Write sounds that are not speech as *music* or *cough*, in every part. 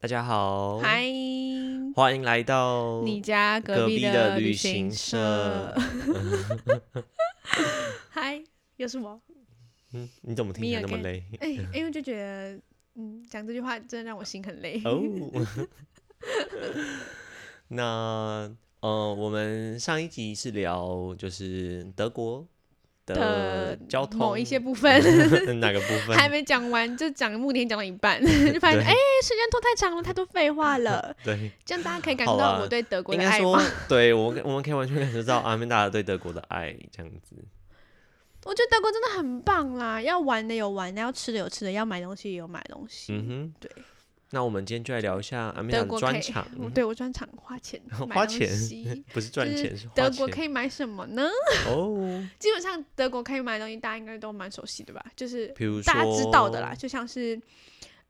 大家好，嗨，欢迎来到你家隔哦隔壁壁的旅旅行行社社。。 *laughs* 嗨，又是我。嗯，你怎么听起来那么 Me again *laughs* 累？ *laughs* 哎、因为就觉得，嗯，讲这句话真的让我心很累。 *laughs* 哦， *laughs* 那呃，我们上一集是聊就是德国的的交通某一些部分 *laughs* 哪个部分？还没讲完，就讲目的已经讲到一 *laughs* 半，就发现对。哎、时间拖太长了，太多废话了对，这样大家可以感好受啦到我对德国应的该爱说吗？，对我们我们可以完全感受到阿曼达对德国的爱，这样子。我觉得德国真的很棒啦，要玩的有玩的，要吃的有吃的，要买东西也有买东西。嗯哼，对。那我们今天就来聊一下阿曼达德的国可专以场，，我对我专场 *laughs* 花钱买嗯花东钱西不是赚就是钱，是花德钱。国可以买什么呢？哦，基本上德国可以买的东西，大家应该都蛮熟悉，对吧？就是比如说大家知道的啦，，就像是。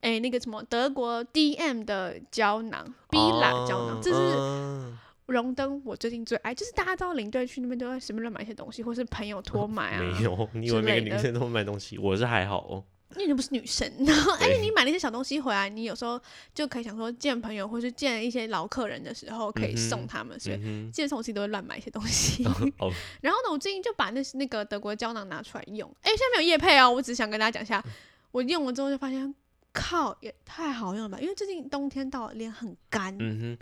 哎，那个什么，德国 DM 的胶囊，B 拉胶囊，哦这是嗯荣登我最近最爱，就是大家到领队去那边都会随便乱买一些东西，或是朋友托买啊。没有，你以之为每个类女的生都会买东西？我是还好哦。因为你不是女生，然 *laughs* 后而且对你买了一些小东西回来，你有时候就可以想说见朋友或是见一些老客人的时候可以嗯哼送他们，所以嗯基本上我自己都会乱买一些 *laughs* 东西。 *laughs* 哼，哦，然后呢，我最近就把那那个德国胶囊拿出来用。哎，现在没有叶配哦，我只是想跟大家讲一嗯下，我用了之后就发现，靠，也太好用了吧！因为最近冬天到了，脸很干。嗯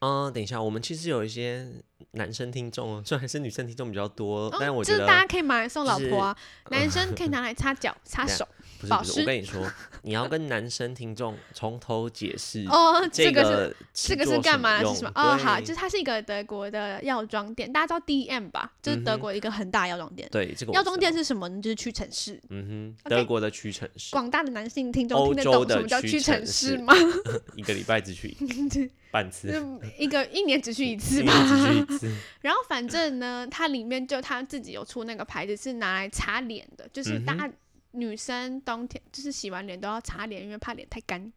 哼，嗯、等一下，我们其实有一些男生听众哦，虽然 *laughs* 还是女生听众比较多，嗯但是我就觉是得大家可以买来送老就是啊 *laughs* 婆、啊，男生可以拿来擦脚、擦手。 *laughs* 不是保不是，我湿跟你说， *laughs* 你要跟男生听众从头解释哦，这个个是这嗯这个是干嘛的？用是什么？哦，好，对就是它是一个德国的药妆店，大家知道 DM 吧？就是嗯德哼国一个很大的药妆店。对这个我药知妆道店，是什么呢？就是屈臣氏。嗯哼， OK 德国的屈臣氏，广大的男性听众欧听得洲懂的什么叫屈屈臣臣氏氏 *laughs* 吗？一个礼拜只去 *laughs* 半次，就是一个一年只去一 *laughs* 次一吧。年只去一 *laughs* 次，然后反正呢，它里面就它自己有出那个牌子是拿来擦脸的，就是嗯哼大家女生冬天就是洗完脸都要擦脸，因为怕脸太干。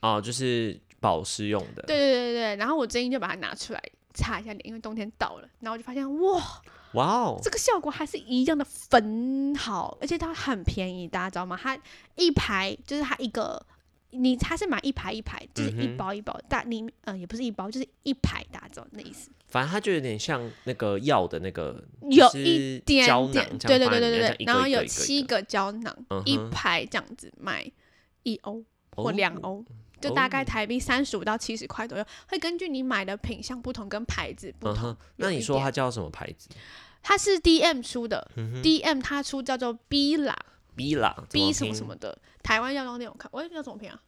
哦，就是保湿用的，对，对对对，然后我最近就把它拿出来擦一下脸，因为冬天到了，然后我就发现哇，哇哦，这个效果还是一样的粉好，而且它很便宜，大家知道吗？它一排就是它一个。你它是买一排一排，就是一嗯哼包一包，但你呃也不是一包，就是一排，大家知道那意思。反正它就有点像那个药的那个，有就是一点胶囊点，这对样对放对在里面对这样对一，个然后一有个一个七一个胶囊，嗯一哼排这样子卖一欧哦或两欧，就大概哦台币三十五到七十块左右，会根据你买的品相不同跟牌子不嗯同。哼，那你一说点它叫什么牌子它是 DM 出的、嗯哼 d m 它出叫做 B 啦？B 啦 B 什么什么么的，台湾药妆店我看，喂，叫怎么拼啊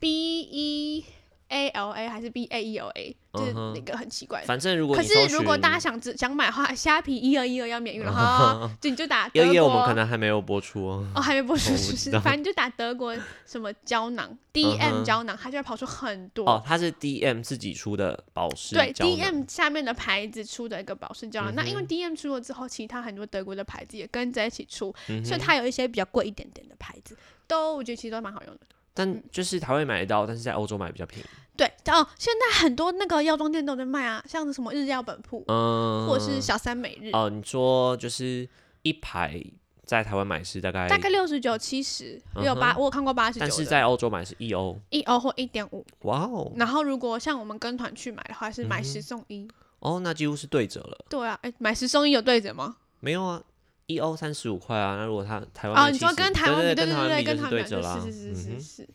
？B E A L A 还是 B A E L A，就是嗯哼那个很奇怪拼？的。反正如果可你是搜如果寻哦大家想只想买的话，虾皮一二一二要免运了哈。 *laughs* 就你就打因德为国，我们可能还没有播出哦。哦还没播出，我不是不知是道嗯反正就打德国什么胶 *laughs* 囊 DM 胶囊，它就会跑出很多。哦，它是 DM 自己出的保湿对胶囊，DM 下面的牌子出的一个保湿胶囊，那因为嗯哼 DM 出了之后，其他很多德国的牌子也跟着一起出，嗯所以哼它有一些比较贵一点点的牌子，都我觉得其实都蛮好用的。但就是台湾买得到，但是在欧洲买比较便宜。对，哦，现在很多那个药妆店都有在卖啊，像是什么日药本铺、嗯，或者是小三每日，哦，你说就是一排在台湾买是大概大概六十九、七十、六嗯八，哼我有看过八十但九是的，在欧洲买是一欧。一欧或一点五。哇哦，然后如果像我们跟团去买的话，是买嗯哼十送一。哦，那几乎是对折了。对啊，哎，买十送一有对折吗？没有啊，一欧三十五块啊。那如果他台湾哦，卖你说70跟台湾比，对对跟对湾对，跟就台是湾比对较折啦。是是是是嗯哦是，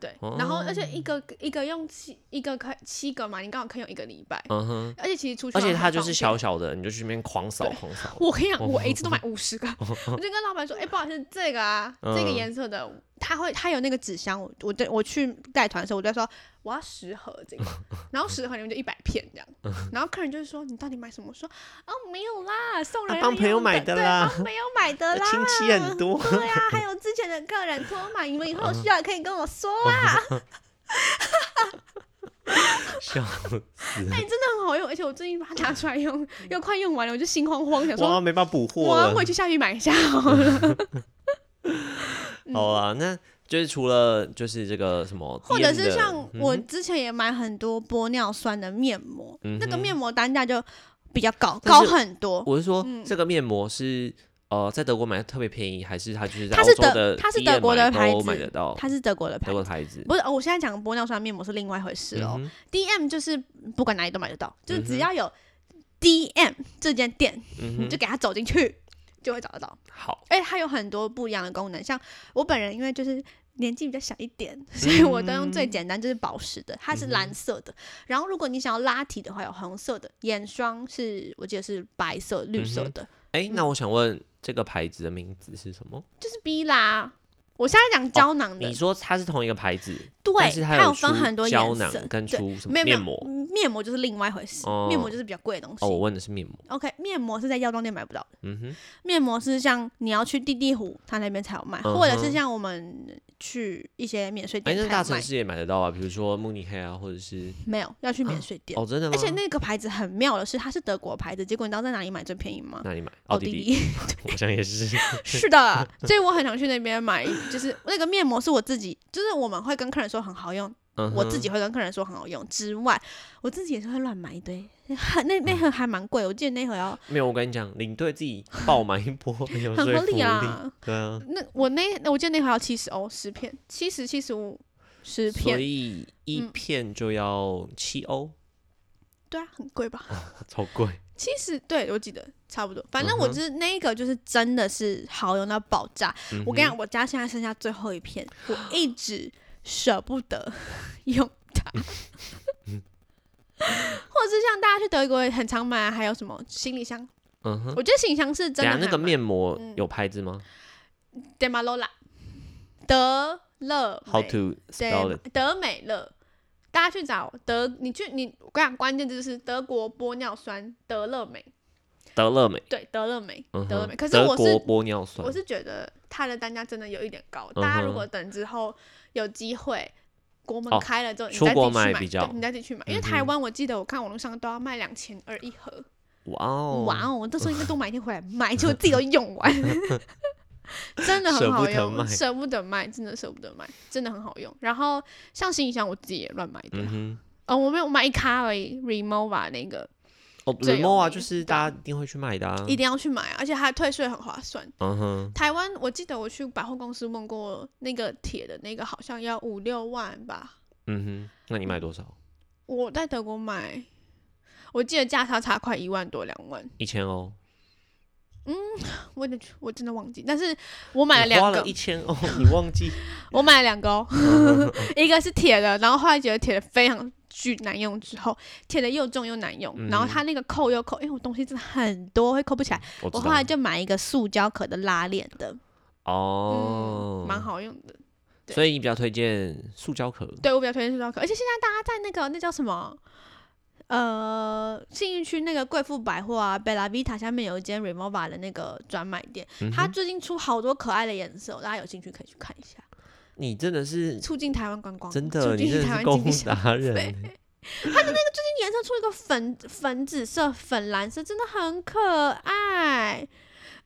对。然后而且一个一个用七一个可以七个嘛，你刚好可以用一个礼拜哼，，嗯哼，而且其实出去而且玩它很就是方小便。小的，你就去那边狂扫对狂扫。我跟你讲，哦我一次都买五十 *laughs* 个，我就跟老板说，哎，不好意思，这个啊，这个嗯颜色的，他会他有那个纸箱，我我对我去带团的时候，我就说我要十盒这 *laughs* 个，然后十盒里面就一百片这样，嗯然后客人就是说你到底买什么？我说哦没有啦，送啊人帮朋友用买的的啦对帮朋友买的啦， *laughs* 亲戚很多，对啊，还有之前的客人托嘛，你们以后有需要可以跟我说啊啦。哦笑死！哎、真的很好用，而且我最近把它拿出 *laughs* 来用，又快用完了，我就心慌慌，想我说没办法补我货要了。回去下去买一下哦好了。嗯好啊，那就是除了就是这个什么，或者腌是的像嗯我之前也买很多玻尿酸的面膜，嗯哼那个面膜单价就比较高，但高是很多。我是说嗯这个面膜是呃在德国买特别便宜，还是它就是在它欧是洲德的它是 DM 德国的买牌都子买得到？它是德国的牌德国子。的牌子，不是，哦我现在讲玻尿酸面膜是另外一回事哦。嗯哼 DM 就是不管哪里都买得到，就是嗯哼只要有 DM 这间店，嗯你哼，就给它走进去，就会找得到。好，而且它有很多不一样的功能，像我本人因为就是年纪比较小一点，所以我都用嗯最简单就是保湿的，它是蓝色的。然后如果你想要拉提的话，有红色的，眼霜是我记得是白色、绿色的，哎，那我想问这个牌子的名字是什么？就是 B 啦。我现在讲胶囊的，哦你说它是同一个牌子，但对，是它有分出很多胶颜色囊，跟对，出什没么有面没有膜。面膜就是另外一回事，哦面膜就是比较贵的东西。哦，我问的是面膜。 OK，面膜是在药妆店买不到的，嗯哼，面膜是像你要去地地湖，它那边才有卖，嗯或者是哼像我们去一些免税哎，店才那有大卖。城市也买得到啊，比如说慕尼黑啊，或者是没有，要去免税店。哦，真的吗？而且那个牌子很妙的是，它是德国牌子，结果你知道在哪里买最便宜吗？那你买奥奥地利， *laughs* 利，我想也 *laughs* 是。是的，所以我很常去那边买，就是那个面膜是我自己，就是我们会跟客人说很好用，嗯我哼自己会跟客人说很好用之外，我自己也是会乱买一堆， *laughs* 很那那盒还蛮贵，我记得那盒要没有，我跟你讲，领队自己爆买一 *laughs* 波，很有很说合服理力。啊。对啊，那我那那我记得那盒要七十欧十片，七十七十五十所片，以一嗯片就要七欧， *laughs* 对啊，很贵吧？超贵。七十对我记得差不多，反正嗯我哼就是那一个就是真的是好用到爆炸，嗯我跟你哼讲，我家现在剩下最后一片，我一直舍不得 *laughs* 用它。嗯 *laughs* 或者是像大家去德国也很常买啊，还有什么行李箱？嗯哼，我觉得行李箱是真等下的那个面膜嗯有牌子吗 d e m a l o l a 德乐？How 美 to spell Dem- it？德美乐，大家去找德，你去你我跟你讲，关键字就是德国玻尿酸德乐美，德乐美，对德乐美、嗯德乐哼，美。可是德我国是玻尿酸我，是觉得它的单价真的有一点高，大家嗯如哼果等之后有机会，国门哦开了之后，你出再自己国去买买比较嗯对你再自己去买，因为台湾我记得我看网络上都要卖两千二一盒，哇哦，哇哦，我到时候应该多买一天回来卖，结果自己都 *laughs* 用完，真的舍很不好得卖用，舍不得卖，真的舍不得卖，真的很好用。然后像行李箱我自己也乱买的，嗯哼，哦，我没有我买一咖而已，Remova 那个哦最有，Remo 啊，名就是对大家一定会去买的啊，一定要去买啊，而且它退税很划算。嗯哼，台湾，我记得我去百货公司问过，那个铁的那个好像要五六万吧。嗯哼，那你买多少？我在德国买，我记得价差差快一万多两万，一千欧，我有点我真的忘记。但是我买了你花两了个一，千欧， *laughs* 你忘记？我买了两个哦， *laughs* 一个是铁的，然后后来觉得铁的非常巨难用，之后铁的又重又难用，嗯然后它那个扣又扣，因为我东西真的很多，会扣不起来。我我知后来道就买一个塑胶壳的拉链的，哦嗯，，蛮好用的。对所以你比较推荐塑胶壳，对我比较推荐塑胶壳，而且现在大家在那个那叫什么，呃，信义区那个贵妇百货啊，贝拉 Vita 下面有一间 Remova 的那个专卖店，嗯它哼，最近出好多可爱的颜色，大家有兴趣可以去看一下，你真的是促进台湾观光，真促的，你进真的台是湾购经物济消达费人欸。颜色出一个粉粉紫色、粉蓝色，真的很可爱。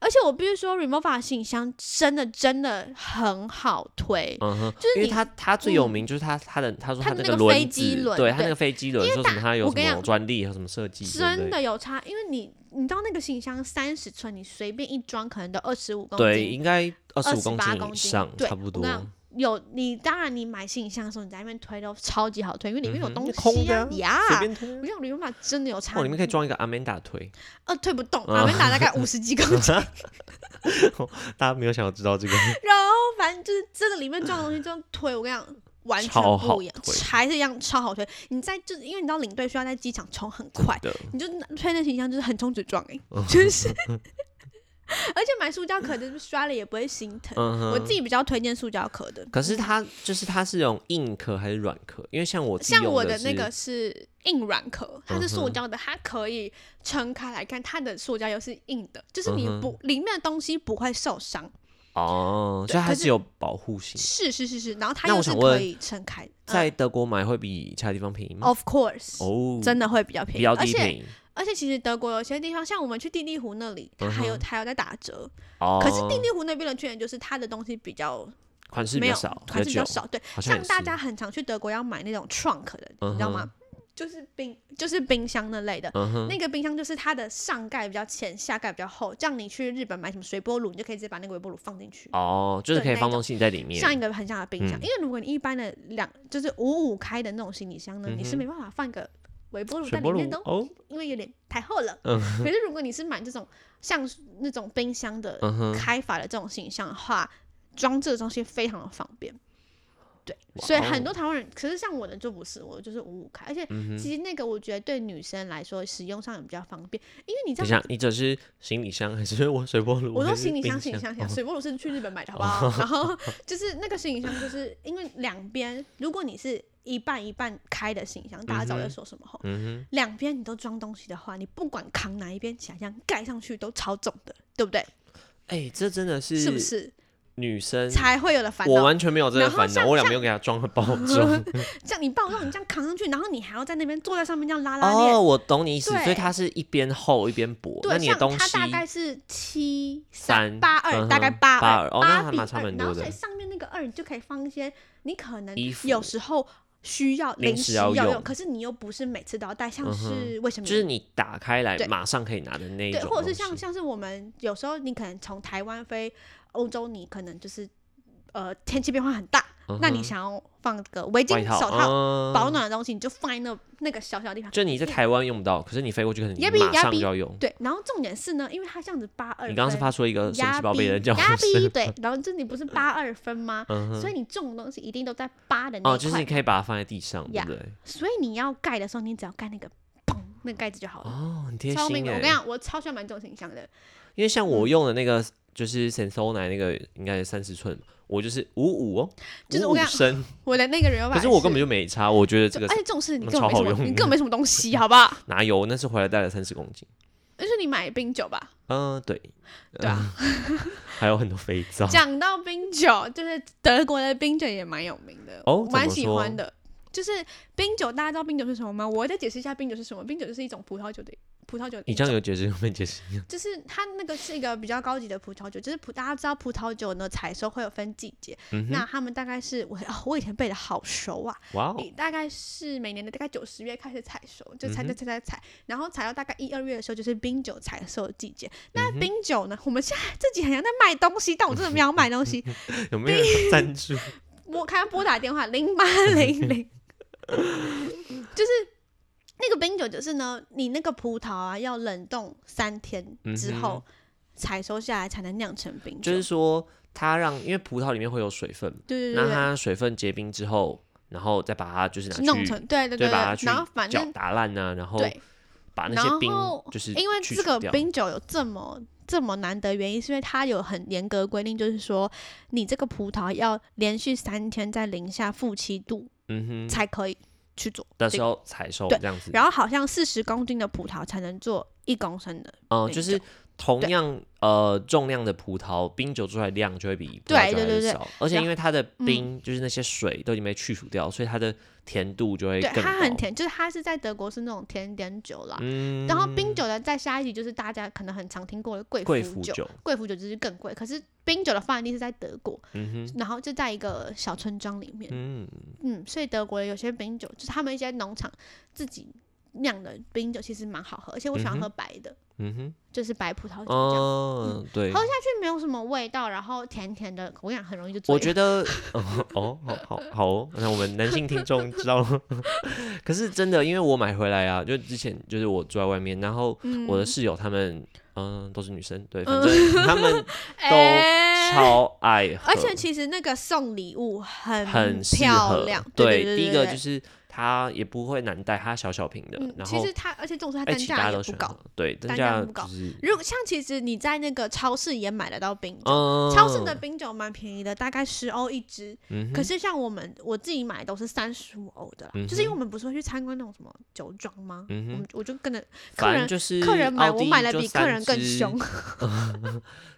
而且我必须说，Remova 信箱真的真的很好推，嗯哼，就是因为你嗯他他最有名就是他他的他说它那的个那个飞轮机子轮对他那对个飞机轮说什么他有我什跟你么讲专利和什么设计，对真不对的有差，因为你你知道那个行李箱三十寸，你随便一装可能都二十五公对，斤。应该二十五28斤公以斤上对差不我多跟你，讲有你当然你买行李箱的时候，你在那边推都超级好推，因为里面有嗯哼东空西的啊啊呀。随便推啊我。想旅游码真的有差，哦，里面可以装一个阿曼达腿， *laughs* 呃推不动，啊阿曼达大概五十几公 *laughs* 斤，大家没有想要知道这个然后反正就是真的里面装的东西，这样推我跟你讲。完全超好不一样，推还是一样超好推。你在就是因为你知道领队需要在机场冲很快，的，你就推那形象就是横冲直撞 *laughs* 哎、欸，就是，而且买塑胶壳就是摔了也不会心疼。嗯哼。 *laughs* 我自己比较推荐塑胶壳的，可是它就是它是用硬壳还是软壳？因为像我自己像用我的那是个是硬软壳，它是嗯塑哼胶的，它可以撑开来看，它的塑胶又是硬的，就是你嗯哼不、里面的东西不会受伤，哦，对所以它可是是有保护性。是是是是，然后它那我又是想可问以撑开的。在德国买会比其他地方便宜嗯吗？ Of course，、哦，真的会比较比便宜，较而低便且宜。而且其实德国有些地方，像我们去地利湖那里，它还有、嗯哼还有在打折，哦，可是地利湖那边的缺点就是它的东西比较款式比没较有少，款式比较久，少，对，好像像也大是家很常去德国要买那种 trunk 的，你知道吗？就是冰就是冰箱那类的。嗯哼，那个冰箱就是它的上盖比较浅，下盖比较厚，这样你去日本买什么微波炉，你就可以直接把那个微波炉放进去。哦，就是可以对那放种东西在里面，像一个很像的冰箱，嗯因为如果你一般的两就是五五开的那种行李箱呢，你是嗯哼没办法放一个微波炉在水里波炉面的哦，哦，因为有点太厚了。嗯可是如果你是买这种像那种冰箱的嗯哼，开发的这种形象的话，装这个东西非常的方便。对，哇哦所以很多台湾人，可是像我的就不是，我就是五五开，而且嗯哼，其实那个我觉得对女生来说使用上也比较方便，因为你知等一道，下，你只是行李箱还是我水波炉？我还 *laughs* 说是行李箱，冰行李箱，行李哦箱水波炉是去日本买的，好不好？然后就是那个行李箱，就是因为两边，如果你是一半一半开的行李箱，大家知道我在说什么吼。嗯两边你都装东西的话，你不管扛哪一边起来，这样盖上去都超重的，对不对？哼，哎，这真的是是不是女生，才会有的烦恼？我完全没有这个然后烦恼，像我俩没有给她装很包 *laughs* 装。这样你暴露，你这样扛上去，然后你还要在那边坐在上面这样拉拉链。哦，我懂你意思，所以对它是一边厚一边薄，那对，你的像东它西大概是七三八嗯二，哼大概八八二二哦那还比蛮差蛮二，然多后的所以上面那个二你就可以放一些你可能衣服有时候需要临临时时要要用嗯用，可是你又不是每次都要带，像是卫生就是棉，你打开来对马上可以拿的那一对，种东西，或者是像像是我们有时候你可能从台湾飞欧洲，你可能就是呃天气变化很大，嗯哼那你想要放个围巾外、套、手套、嗯保暖的东西，你就放在那那个小小的地方。就你在台湾用不到，可是你飞过去可能你也比马上也比就要用。对，然后重点是呢，因为它这样子八二，你刚刚是发出一个神压奇宝贝的叫压逼 *laughs* 声，对，然后这你不是八二分吗？嗯哼，所以你重的东西一定都在八的那哦，一就是块，你可以把它放在地上，对呀不对？所以你要盖的时候，你只要盖那个砰那个盖子就好了。哦，很贴超明心白，我哎跟你，讲，嗯我超喜欢买这种形象的。因为像我用的那个就是 Sensona 那个应该三十寸，我就是五五哦，就是五五我跟你讲升，我的那个人有买，可是我根本就没差，我觉得这个而且这种事你那根本没超什好么，用你的根本没什么东西， *laughs* 好不好？哪有？我那次回来带了三十公斤，而且你买冰酒吧。嗯，对， *laughs* 对啊嗯，还有很多肥皂，讲到冰酒，就是德国的冰酒也蛮有名的，哦我蛮喜怎欢么的。就是冰酒，大家知道冰酒是什么吗？我再解释一下冰酒是什么。冰酒就是一种葡萄酒的葡萄酒的你一这种样，有解释跟没解释一样？就是它那个是一个比较高级的葡萄酒，就是葡大家知道葡萄酒呢采收会有分季节，嗯哼，那他们大概是我、哦我以前背的好熟啊，哇哦，你大概是每年的大概九十月开始采收，就采嗯采哼采采采，然后采到大概一二月的时候就是冰酒采收的季节。嗯那冰酒呢，我们现在自己很像在卖东西，但我真的没有买 *laughs* 东西，有没有人赞 *laughs* 助？我看他拨打电话零八零零， *laughs* 就是那个冰酒，就是呢，你那个葡萄啊要冷冻三天之后采收下来才能酿成冰酒，嗯就是说，它让因为葡萄里面会有水分嘛，对对对那对。它水分结冰之后，然后再把它就是拿去弄成对对对，把它对，去然后反搅正打烂呐、然后对，把那然些后冰就是因为去这除个掉冰酒有这么这么难得，原因是因为它有很严格规定，就是说你这个葡萄要连续三天在零下负七度嗯哼才可以去做的这时个候采收对这样子，然后好像四十公斤的葡萄才能做一公升的，嗯、冰就是酒同对样呃重量的葡萄，冰酒出来的量就会比葡对萄酒来对对嗯的对少，而且然因为它的冰、就是那些水都已经被去除掉，所以它的甜度就会对，更高。它很，甜，就是它是在德国是那种甜点酒啦。嗯，然后冰酒的再下一集就是大家可能很常听过的贵贵腐腐酒，酒，贵腐酒就是更贵，可是冰酒的发源地是在德国，嗯哼，然后就在一个小村庄里面，嗯，嗯，所以德国有些冰酒就是他们一些农场自己酿的冰酒，其实蛮好喝，而且我喜嗯欢哼喝白的，嗯哼，就是白葡萄酒这样，嗯哦，对，喝下去没有什么味道，然后甜甜的，我想很容易就醉我了。觉得，哦哦，好好好哦，那我们男性听众知道了。 *laughs* 可是真的，因为我买回来啊，就之前就是我住在外面，然后我的室友他们，嗯、都是女生，对，反正他们嗯 *laughs* 哎超爱喝，而且其实那个送礼物很很适漂合亮，。对对对，第一个对就是它也不会难带，它小小瓶的，嗯，然其后实它，而且这种是它哎，单其价他也都不选高好，对，单单价价不高就是，如果像其实你在那个超市也买得到冰酒，嗯，超市的，冰酒蛮便宜的，大概十欧一支。嗯可哼，是像我们我自己买都是三十五欧的啦，嗯就是因为哼我们不是会去参观那种什么酒庄吗？嗯哼我们我就跟着客反正人。就是客人买，奥我地买的就比客三人更支凶， *laughs*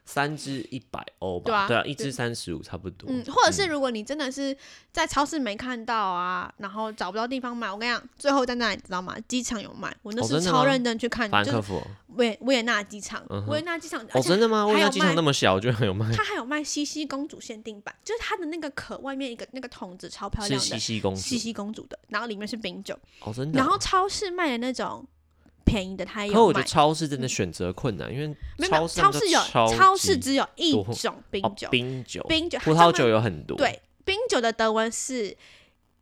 三支一百欧吧，对啊一支对嗯三十五差不多。嗯，或者是如果你真的是在超市没看到啊，然后找不到地方买。我跟你讲，最后在那里，你知道吗？机场有卖，我那哦时候真的超吗认真去看，法兰就克是福哦，维维也纳机场，嗯哼维也纳机场，而哦且真的吗？还为有那机场卖那么小，居然有卖，它还有卖西西公主限定版，就是它的那个壳外面一个那个桶子超漂是亮西的，西公主西西公主的，然后里面是冰酒，哦，真的哦。然后超市卖的那种便宜的它也可有我觉卖嗯得，超市真的选择困难，因没为有没有市超超市有超市只有一多种冰哦酒，冰酒、冰酒葡它萄专酒有很多，对，冰酒的德文是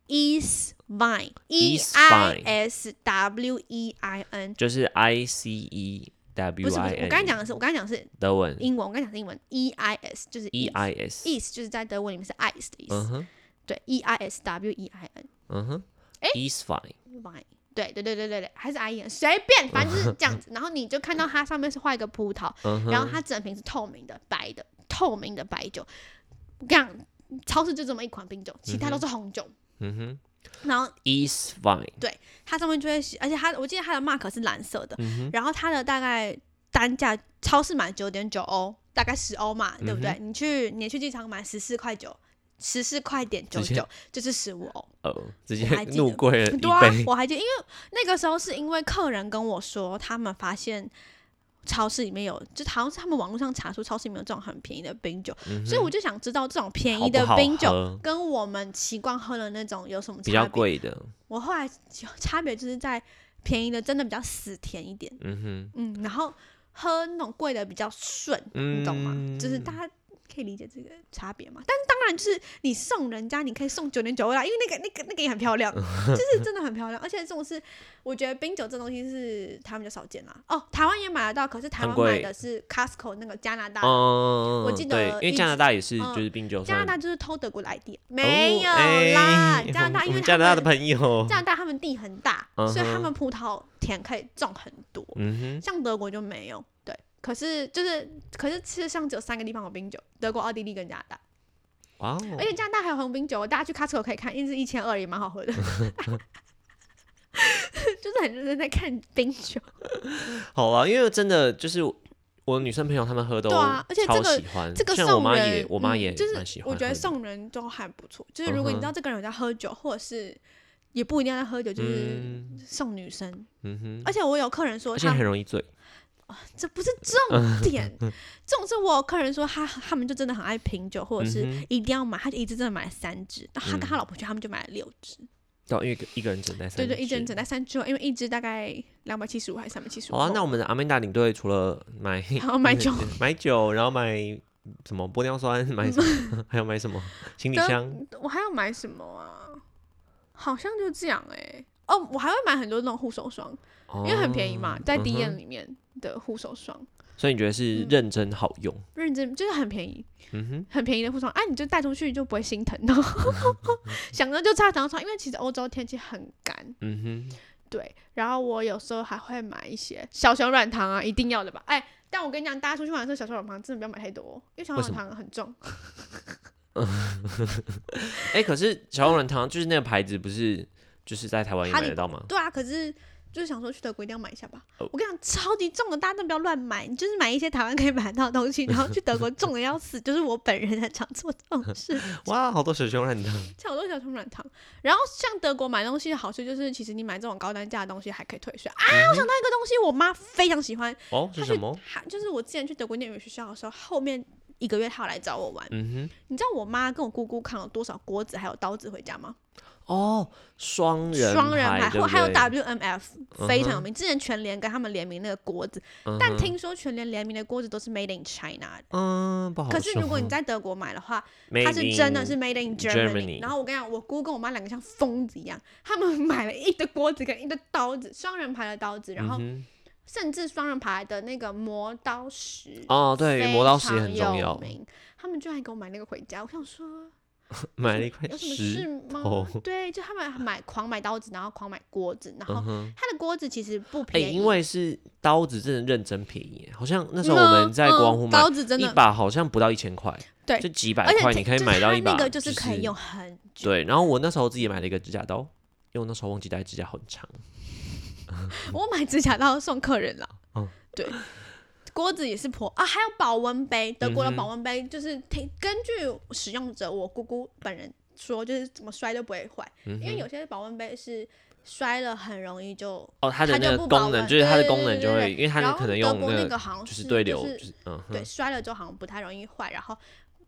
is wine e i Eiswein s w e i n，就是 I C E 不 W 是不 I 是，我 N，刚才讲的是我刚才讲的是德文英文，我刚才讲的是英文 e i s 就是 E I S， is 就是在德文里面是 ice 的意嗯思，哼，对 e i s w e i n 嗯哼诶 e s fine， wine。对对对对对对，还是 I E N，随便，反正就是 *laughs* 这样子。然后你就看到它上面是画一个葡萄，嗯然后哼，它整瓶是透明的白的，透明的白酒。我跟你讲，超市就这么一款冰酒，其他都是红酒。嗯哼然后，E s fine，它上面就会写，而且它我记得它的 mark 是蓝色的，嗯然后它的大概单价超市买九点九欧，大概十欧嘛，对不嗯对？你去你去机场买十四块九。十四块点九直接九就是十五欧，哦，直我还接记得怒 *laughs* 跪了一对啊，杯，我还记得，因为那个时候是因为客人跟我说，他们发现超市里面有，就好像是他们网络上查出超市里面有这种很便宜的冰酒，嗯所以哼我就想知道这种便好宜不的好冰酒喝跟我们习惯喝的那种有什么差比别？较贵的，我后来就差别就是在便宜的真的比较死甜一点，嗯哼，嗯，然后喝那种贵的比较顺，嗯，你懂吗？就是大家。可以理解这个差别嘛？但是当然，就是你送人家，你可以送九点九啦，因为那个、那个、那个也很 *laughs* 漂亮，就是真的很漂亮。而且这种是，我觉得冰酒这东西是台湾比较少见啦。哦，台湾也买得到，可是台很湾贵买的是 Costco 那个加拿大嗯，嗯，嗯啊我嗯记对得因为一加拿直大也是嗯就是冰酒加拿算，大就是偷德国来的，啊哦没有哎啦。我加拿大我因为们加他拿大的们朋友加，拿大他们地很大，嗯哼所以他们葡萄田可以种很多，嗯哼，像德国就没有。对，可是就是可是事实上只有三个地方有冰酒，德国、奥地利跟加拿大，哇哦，而且加拿大还有红冰酒，大家去 Costco 可以看，一支一千二也蛮好 *laughs* 喝的。就是很认真在看冰酒，好啊，因为真的就是我女生朋友她们喝都对啊而且这超个喜欢，这个像我送妈人，也我妈也嗯就是蛮喜欢我喝的，觉得送人都还不错。嗯就是如果你知道这个人有在喝酒，或者是也不一定要在喝酒，就是嗯送女生。嗯哼，而且我有客人说而且他很容易醉，这不是 *laughs* 重点，嗯重点是我有客人说他他们就真的很爱品酒，或者是嗯哼一定要买，他就一次真的买了三支，然后他跟他老婆去，他们就买了六支，对，因为一个一个人整在三对对，一支人支整在三支哦，因为一支大概两百七十五还是三百七十五好。啊，那我们的阿曼达领队除了买然 *laughs* 后买酒，买酒，然后买什么玻尿酸，买什么，嗯还有买 *laughs* 什么行李德箱，我还要买什么啊？好像就这样哎、哦，我还会买很多那种护手霜，因因为很便宜嗯嘛，在 D 店， N 里面的护手霜，哦所以你觉得是嗯认真好用，认真就是很便宜，嗯哼，很便宜的护手霜，哎、你就带出去就不会心疼，然嗯后 *laughs* 想着就擦，想要穿，因为其实欧洲天气很干，嗯哼，对。然后我有时候还会买一些小熊软糖啊，一定要的吧？哎、但我跟你讲，大家出去玩的时候，小熊软糖真的不要买太多哦，因为小为熊什软么哦糖很重。哎，可是小龙软糖就是那个牌子，不是就是在台湾也哈买利得到吗？ *laughs* 对啊，可是就是想说去德国一定要买一下吧。哦我跟你讲，超级重的，大家都不要乱买，你就是买一些台湾可以买到的东西，然后去 *laughs* 德国重的要死。就是我本人很常做这种事，哇，好多小熊软糖，像我都想冲软糖。然后像德国买东西的好处就是，其实你买这种高单价的东西还可以退税啊。嗯我想到一个东西，我妈非常喜欢，哦，是她什去么？她就是我之前去德国念语言学校的时候，后面。一个月她有来找我玩，嗯哼。你知道我妈跟我姑姑扛了多少锅子还有刀子回家吗？哦，双人双人牌，对或不还有对 WMF 非嗯常有哼名。之前全联跟他们联名那个锅子，嗯但哼听说全联联名的锅子都是 Made in China 的。嗯不好可是如果你说嗯在德国买的话， Made 它是真的 in 是 Made in Germany 然后我跟你讲，我姑跟我妈两个像疯子一样，他们买了一堆锅子跟一堆刀子，双人牌的刀子，然后嗯甚至双人牌的那个磨刀石哼。哦，对，磨刀石非也很常重有要，名他们居然还给我买那个回家，我想说买了一块有什么事石，吗头？对，就他们买狂买刀子，然后狂买锅子，然后嗯哼，它的锅子其实不哎，便宜，因为是刀子，真的认真便宜，好像那时候我们在光嗯湖嗯买刀子真一的，把，好像不到一千块，对就几百而且块，它你可以买到一把，就是它那个就是可以用，很 *laughs* 久。对。然后我那时候自己买了一个指甲刀，因为我那时候忘记带指甲很长，我买指甲刀送客人了， *laughs* 嗯对。锅子也是婆啊，还有保温杯，德国的嗯哼保温杯就是听根据使用者我姑姑本人说，就是怎么摔都不会坏，嗯因为有些保温杯是摔了很容易就。哦，它的它就那个不保功能温就是它的对对功能对就对会，因为它然后可能德用国那那个个好像就是是对就流，是就是嗯哼，对，摔了之后好像不太容易坏，然后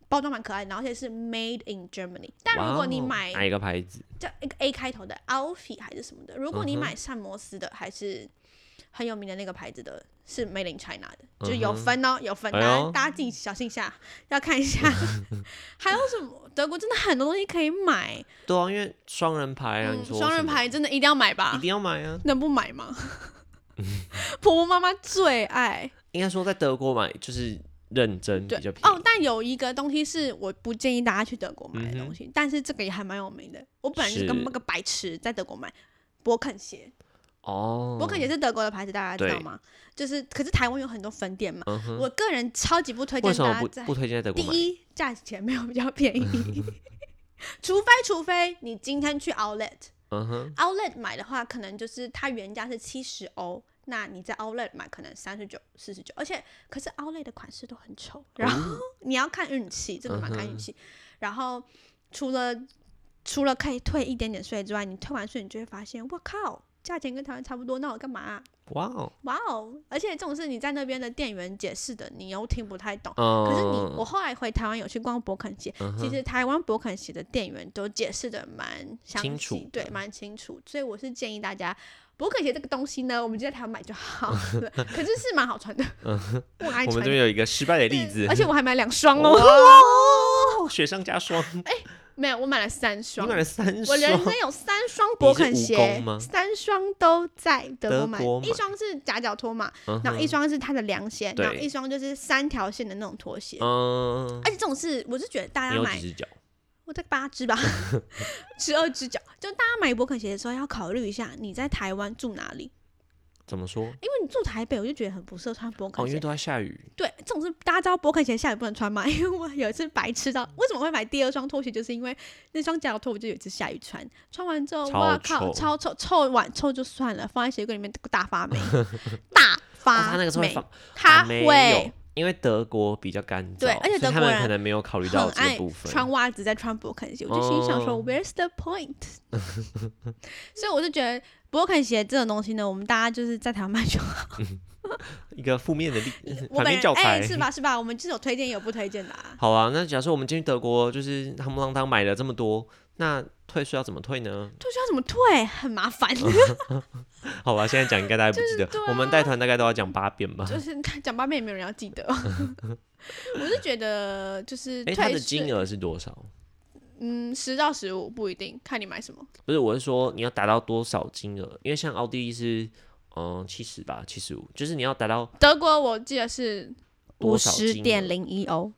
包装蛮可爱，然后也是 Made in Germany。但如果你哇哦买哪一个牌子？叫一个 A 开头的 Alfie 还是什么的，如果嗯你哼买膳魔斯的，还是很有名的那个牌子的，是 Made in China 的，就是嗯有哼分哦，有分，哎大呦家大家自己小心一下，要看一 *laughs* 下。还有什么？德国真的很多东西可以买，对啊，因为双人牌啊，你嗯，说双什人么牌真的一定要买一吧？定要买啊。能不买 *laughs* 吗？婆婆妈妈最爱应该说在德国买就是认真对比较便宜哦，但有一个东西是我不建议大家去德国买嗯的哼东西，但是这个也还蛮有名的。我本来就是是跟那个白痴在德国买勃肯鞋，哦。勃肯也是德国的牌子，大家知道吗？就是，可是台湾有很多分店嘛。嗯哼，我个人超级不推为荐什么大不家在不推荐在德第国买？一价钱没有比较便宜， *laughs* 除非除非你今天去 Outlet 嗯哼， Outlet 买的话，可能就是它原价是七十欧，那你在 Outlet 买可能三十九、四十九，而且可是 Outlet 的款式都很丑，然后 *laughs* 你要看运气，这个蛮看运气。然后除了除了可以退一点点税之外，你退完税你就会发现，我靠，价钱跟台湾差不多，那我干嘛啊、哇哦，哇哦！而且这种事你在那边的店员解释的，你又听不太懂。嗯，可是你，我后来回台湾有去逛勃肯鞋，嗯其哼实台湾勃肯鞋的店员都解释的蛮清详楚细的，对，蛮清楚。所以我是建议大家，勃肯鞋这个东西呢，我们就在台湾买就好 *laughs* 了。可是是蛮好穿的，我嗯爱我们穿这。边有一个失败的例对子，而且我还买两双哦，哇，雪上加霜， *laughs* 没有，我买了三你双买。了三哎我人双，生有三双勃肯你是蜈蚣鞋吗，三双都在德德国买，国买一双是夹脚拖嘛，嗯然后一哼双是它的凉鞋，对然后一双就是三条线的那种拖鞋。嗯，而且这种是，我是觉得大你家有几买，只脚？我在八 *laughs* 只吧，十二只脚。就大家买勃肯鞋的时候，要考虑一下你在台湾住哪里，怎么说？因为你住台北，我就觉得很不适合穿勃哦，肯因为鞋。都在下雨，对，这种是大家知道勃肯鞋下雨不能穿嘛，因为我有一次白痴到，为什么会买第二双拖鞋，就是因为那双脚拖我就有一次下雨穿，穿完之后，超哇靠，臭超臭，臭完臭就算了，放在鞋柜里面大发 *laughs* 霉，大哦，发霉，他那个时候会放，它啊没会有。因为德国比较干燥，对而所且以德他国们人可能没有考虑很到这爱个部分。穿袜子再穿勃肯鞋，我就心想说、哦 w h e r e s the point？所以我就觉得勃肯鞋这种东西呢，我们大家就是在台湾买就 *laughs* 好。一个负面的例，我反本面人教哎、材。是吧是吧？我们就是有推荐也有不 *laughs* 推荐的啊。好啊，那假设我们进去德国，就是夯不啷当买了这么多，那退税要怎么退呢？退税要怎么退？很麻烦， *laughs* 好吧，现在讲应该大家不记得，对啊我们带团大概都要讲八遍吧。就是讲八遍也没有人要记得。 *laughs* 我是觉得就是哎、它退的税，金额是多少？嗯，十到十五不一定，看你买什么。不是，我是说你要达到多少金额？因为像奥地利是嗯七十吧，七十五，就是你要达到德国我记得是多五少十金额点零一欧，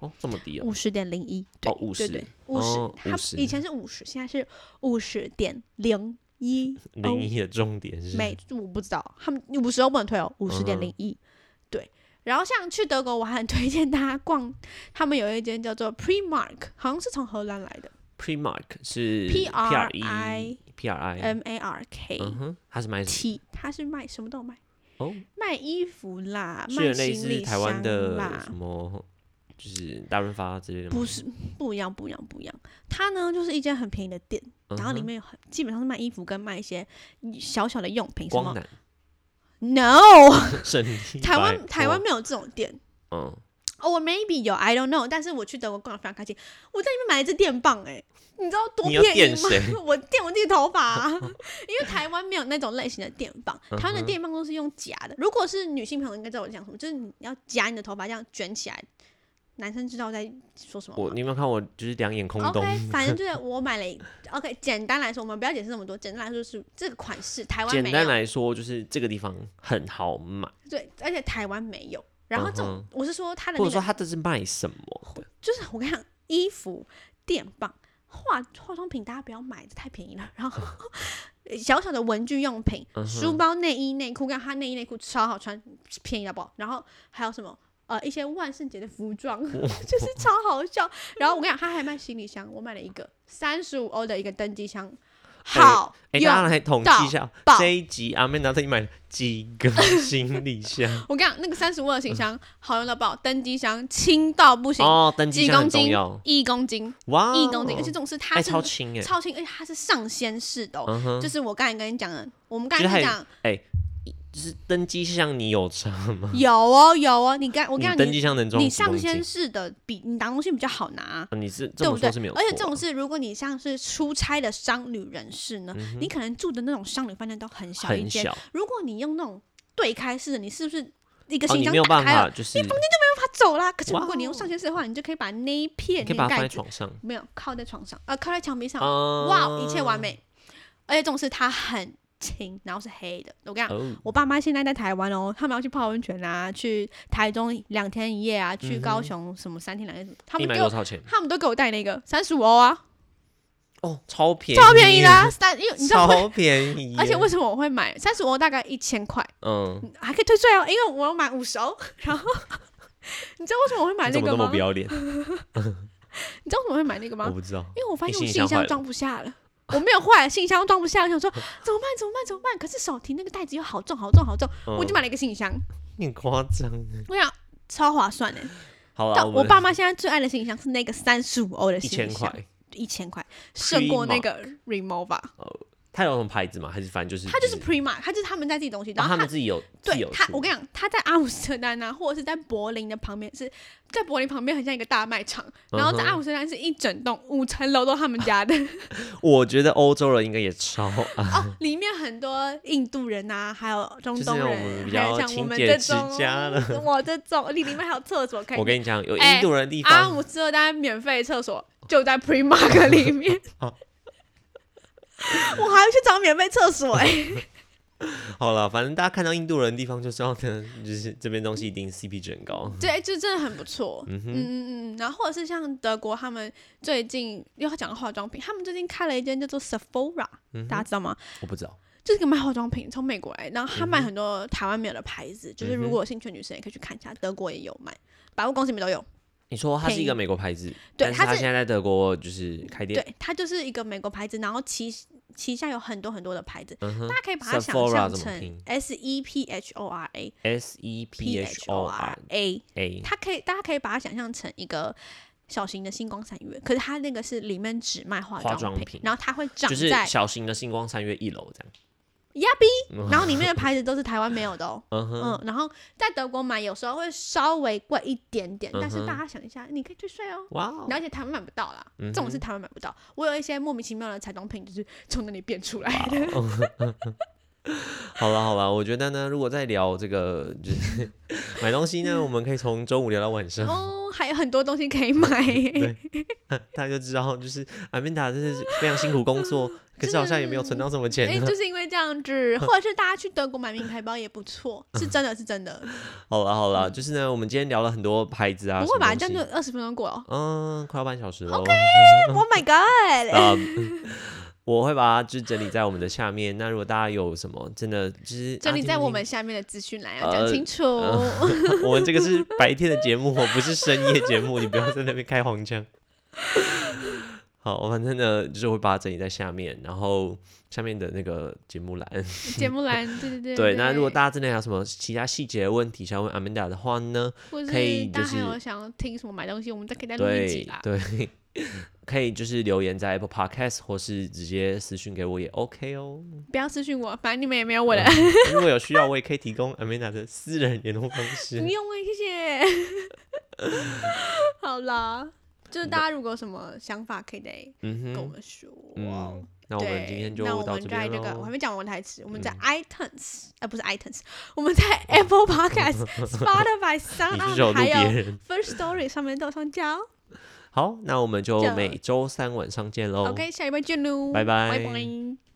哦这么低哦，五十点零一，对哦五对十对，五十哦，它50以前是五十，现在是五十点零一零一的重点是嗯每，我不知道，他们五十欧不能退哦，五十点零一，对。然后像去德国，我还很推荐大家逛，他们有一间叫做 Primark，好像是从荷兰来的 Primark 是 P R E I 呃 P R I， M A R K 嗯哼，它是卖什 T，它是卖什么都有卖，么？哦，卖衣服啦，是有卖点类啊行似李台湾箱的啦什，么，就是大润发之类的吗？嗯不是不一样，不一样，不一样。它呢就是一间很便宜的店，嗯哼，然后里面有很基本上是卖衣服跟卖一些小小的用品，什光么南 *laughs* No，胜利台百湾台湾货没有这种店。嗯，哦，我 maybe 有，I don't know。但是我去德国逛得非常开心，我在里面买了一支电棒、哎，你知道多你要便宜电吗？谁 *laughs* 我电我自己头发 *laughs* 啊、因为台湾没有那种类型的电棒，台湾的嗯哼电棒都是用夹的。如果是女性朋友应该知道我在讲什么，就是你要夹你的头发这样卷起来。男生知道我在说什么吗我你有没有看我就是两眼空洞？ OK，*laughs* 反正就是我买了一。OK，简单来说，我们不要解释那么多。简单来说是这个款式台湾简没单有，来说，就是这个地方很好买，对，而且台湾没有。然后这种、嗯我是说它的或那者个说它这是卖什么的？就是我跟你讲，衣服、电棒、化化妆品，大家不要买，这太便宜了。*laughs* 然后小小的文具用品，嗯哼书包、内衣、内裤，看它内衣内裤超好穿，便宜到爆。然后还有什么？呃，一些万圣节的服装 *laughs* 就是超好笑。然后我跟你讲，他还卖行李箱，我买了一个三十五欧的一个登机箱，好哎，用大家来统计一下到爆这一集阿妹拿特你买了几个行李 *laughs* 箱？我跟你讲，那个三十五的行李箱好用到爆，登机箱轻到不行，哦，登机几箱公很重斤要，一公斤，哇，哦一公斤，而且这种是它哎是超轻哎，超轻，而且它是上仙式的、哦，嗯哼，就是我刚才跟你讲的，我们刚就是还才 *laughs* 讲就是登机箱你有差吗？有哦有哦，你刚我嗯你跟登你机箱能装你几公上仙斤？式的比你拿东西比较好拿。啊你是这对么不对说是没？有错而啊，且这种事，如果你像是出差的商旅人士呢，你可能住的那种商旅饭店都很小一嗯很间。小，如果你用那种对开式的，你是不是一个哦，行李你箱没有打办开了，法，就是你它走啦？可是哇哦如果你用上仙式的话，你就可以把那一片可以那把它放个盖在子床上，哦没有靠在床上，呃，靠在墙壁上，哇，哇一切完。美。而且重视它很轻，然后是黑的。我跟你讲，哦，我爸妈现在在台湾哦，他们要去泡温泉啊，去台中两天一夜啊，去高雄什么三天两夜什么，他嗯你们买给多我，少钱？他们都给我带那个三十五欧啊，哦，超便宜，超便宜的、啊，三，因为你知道为，超便宜耶， *laughs* 而且为什么我会买三十欧？大概一千块，嗯，还可以退税哦，因为我要买五十欧。然后 *laughs* 你知道为什么我会买你怎那么个那么吗？不要脸？你知道为什么会买那个吗我？不知道，因为我发你现我行李箱信坏箱了装不下了，我没有坏，信箱装不下，我想说啊怎么办？怎么办？怎么办？可是手提那个袋子又好重，好重，好重，我嗯就买了一个行李箱，你很夸张。啊我想超划算哎！好了，但们我爸妈现在最爱的行李箱是那个三十五欧的一行千李箱，块，哦一千块胜过那个 Remova，它有什么牌子吗？还是反正就是它就是 Primark，它就是他们在自己东西，哦然后他它们自己有自己对有他，出我跟你讲，他在阿姆斯特丹啊，或者是在柏林的旁边，是在柏林旁边很像一个大卖场，然后在嗯哼阿姆斯特丹是一整栋五层楼都他们家的我觉得欧洲人应该也超啊爱， *laughs* 哦，里面很多印度人啊，还有中就是东那种人，比还有较像我勤们俭这持种家的 *laughs* 我这种，里里面还有厕所可以我。跟你讲，有哎印度人的地阿方，姆斯特丹免费厕所就在 Primark *laughs* 里面，哦我还要去找免费厕所哎、 *laughs* 好了，反正大家看到印度人的地方就知道，呢，就是这边东西一定 CP 值很高。对，这真的很不错。嗯嗯嗯，然后或者是像德国，他们最近又要讲化妆品，他们最近开了一间叫做 Sephora，、大嗯家知道吗？我不知道，就是个卖化妆品，从美国来，然后他卖很多台湾没有的牌子，就嗯是如哼果有兴趣的女生也可以去看一下，德国也有卖，百货公司里面都有。你说它是一便个宜美国牌子，对但是它它是现在在德国就是开店，对，它就是一个美国牌子，然后旗旗下有很多很多的牌子，嗯哼大家可以把它想 Sephora 象怎么拼成 S E P H O R A ，S E P P H H O O R R A。 A，它可以，大家可以把它想象成一个小型的星光三月，可是它那个是里面只卖化化妆妆品，品然后它会长就是在小型的星光三月一楼这样。呀比，然后里面的牌子都是台湾没有的哦。 *laughs* 嗯哼，嗯，然后在德国买有时候会稍微贵一点点，但嗯是哼大家想一下，你可以退税哦。哇哦嗯然后而且台湾买不到啦，这种是台湾买不到。我有一些莫名其妙的彩妆品，就是从那里变出来的。好了好了，我觉得呢，如果再聊这个就是 *laughs* 买东西呢，我们可以从中午聊到晚上， *laughs* 哦，还有很多东西可以买。 *laughs* *laughs* 对大家就知道就是阿曼达真的是非常辛苦工作，可是好像也没有存到什么哎，钱呢。就是因为这样子，或者是大家去德国买名牌包也 *laughs* 不错，嗯是真的是真的。好了好了，就是呢，我们今天聊了很多牌子啊，哎嗯不会吧？这真样就的，二十分钟过 *laughs* 了。嗯，快要半小时了。 *laughs* 嗯 Oh my god！啊、嗯 *laughs* 我会把它就是整理在我们的下面。那如果大家有什么真的就是整理在我。们啊下面的资讯栏要呃讲清楚。听不听 *laughs* 我们这个是白天的节目，我不是深夜节目，你不要在那边开黄腔。好，反正呢，就是我会把它整理在下面，然后下面的那个节目栏。 *laughs* 节目栏，对对对对，那如果大家真的有什么其他细节的问题想要问 Amanda 的话呢，或可以是大家就是还有想要听什么买东西，我们再可以再录一对集啦。对， *laughs* 可以就是留言在 Apple Podcast 或是直接私讯给我也 OK 哦。不要私信我，反正你们也没有我嗯的。如果有需要，我也可以提供 Amanda 的私人联络方 *laughs* 不式。用问，谢谢。 *laughs* 好啦，就是大家如果有什么想法，可以再嗯跟我哼，们说。哦嗯，那我们今对天，就那我到们这在边嗯这个我还喽。没讲完台词，我们在 iTunes，呃，不是 iTunes，我们在 *laughs* Apple Podcast、Spotify、哦你是有 Sound 录还别有人？ First Story 上面都有上架哦。好，那我们就就每周三晚上见喽。 OK，下礼拜见喽，哦拜拜拜拜。